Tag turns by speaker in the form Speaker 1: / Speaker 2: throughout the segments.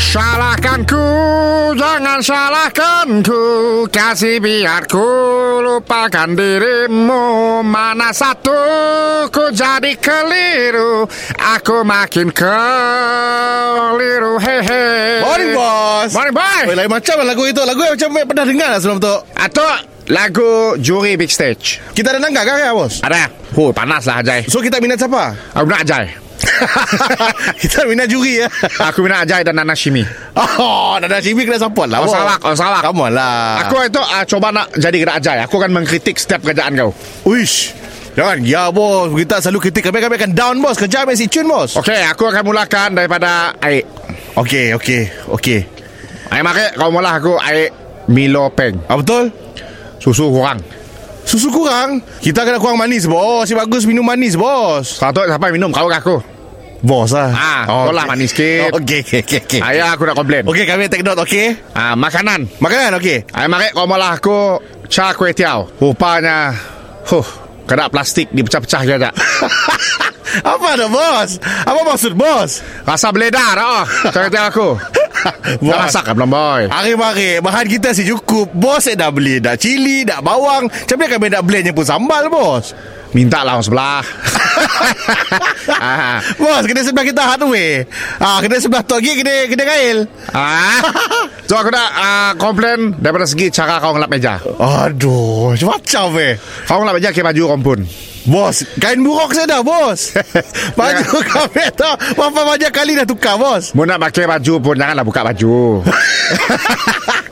Speaker 1: Salahkan ku, jangan salahkan ku Kasih biar ku lupakan dirimu Mana satu ku jadi keliru Aku makin keliru hehe
Speaker 2: Morning bos
Speaker 1: Morning
Speaker 2: Oi,
Speaker 1: boy
Speaker 2: Lain macam lah lagu itu Lagu yang macam Mek pernah dengar lah sebelum tu
Speaker 1: Atuk lagu Juri Big Stage
Speaker 2: Kita ada nangka kan ya bos
Speaker 1: Ada Oh panas lah Ajay
Speaker 2: So kita minat siapa?
Speaker 1: Aku nak Ajay
Speaker 2: kita minat juri ya
Speaker 1: Aku minat Ajay dan Nana Shimi
Speaker 2: Oh Nada Cibi kena support lah
Speaker 1: Kau
Speaker 2: bos
Speaker 1: salah Kau salah
Speaker 2: Come on lah
Speaker 1: Aku itu uh, coba nak jadi gerak Ajay Aku akan mengkritik setiap kerjaan kau
Speaker 2: Uish Jangan Ya bos Kita selalu kritik Kami kami akan down bos Kerja kami si cun bos
Speaker 1: Okey, aku akan mulakan daripada eh, air.
Speaker 2: Okay okay Okay
Speaker 1: Air marik, kau mula aku air Milo Peng.
Speaker 2: Ah, betul?
Speaker 1: Susu kurang.
Speaker 2: Susu kurang Kita kena kurang manis bos Si bagus minum manis bos
Speaker 1: Satu siapa yang minum kau ke aku?
Speaker 2: Bos lah
Speaker 1: Ah, kau lah manis sikit.
Speaker 2: Okay okay okay, okay.
Speaker 1: Ayah aku nak komplain.
Speaker 2: Okay kami take note okay
Speaker 1: Ah, makanan.
Speaker 2: Makanan okay
Speaker 1: Air marik kau mula aku cha kuih tiaw. Rupanya huh, kena plastik dipecah-pecah je tak.
Speaker 2: Apa dah bos? Apa maksud bos?
Speaker 1: Rasa beledar dah. Oh, kuih tiaw aku.
Speaker 2: Bos.
Speaker 1: Dah masak kan belum boy?
Speaker 2: Hari-hari bahan kita si cukup Bos saya dah beli Dah cili, dah bawang Macam mana kami nak blendnya pun sambal bos?
Speaker 1: Minta lah orang sebelah. ah,
Speaker 2: Bos, kena sebelah kita hard way ah, Kena sebelah tu lagi, kena, kena kail
Speaker 1: ah. So aku nak ah, komplain daripada segi cara kau ngelap meja.
Speaker 2: Aduh, macam eh
Speaker 1: Kau ngelap meja ke baju rompun.
Speaker 2: Bos, kain buruk saya dah bos Baju kami tu Berapa banyak kali dah tukar bos?
Speaker 1: Mu nak pakai baju pun Janganlah buka baju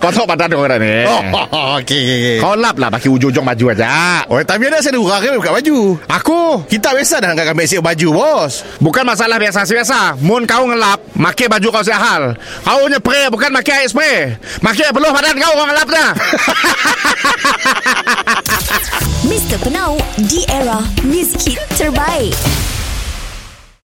Speaker 1: Kotor badan orang ni
Speaker 2: Oh,
Speaker 1: oh.
Speaker 2: okay, okay, okay.
Speaker 1: Kau lap lah Pakai ujung-ujung baju aja
Speaker 2: Oh, tapi ada saya ada urang kan buka baju
Speaker 1: Aku
Speaker 2: Kita biasa dah angkat kami siap baju bos
Speaker 1: Bukan masalah biasa-biasa Mun kau ngelap Pakai baju kau siap hal Kau punya spray Bukan pakai air spray Pakai peluh badan kau Orang ngelap dah
Speaker 3: Mr. Penau, di era music hit terbaik.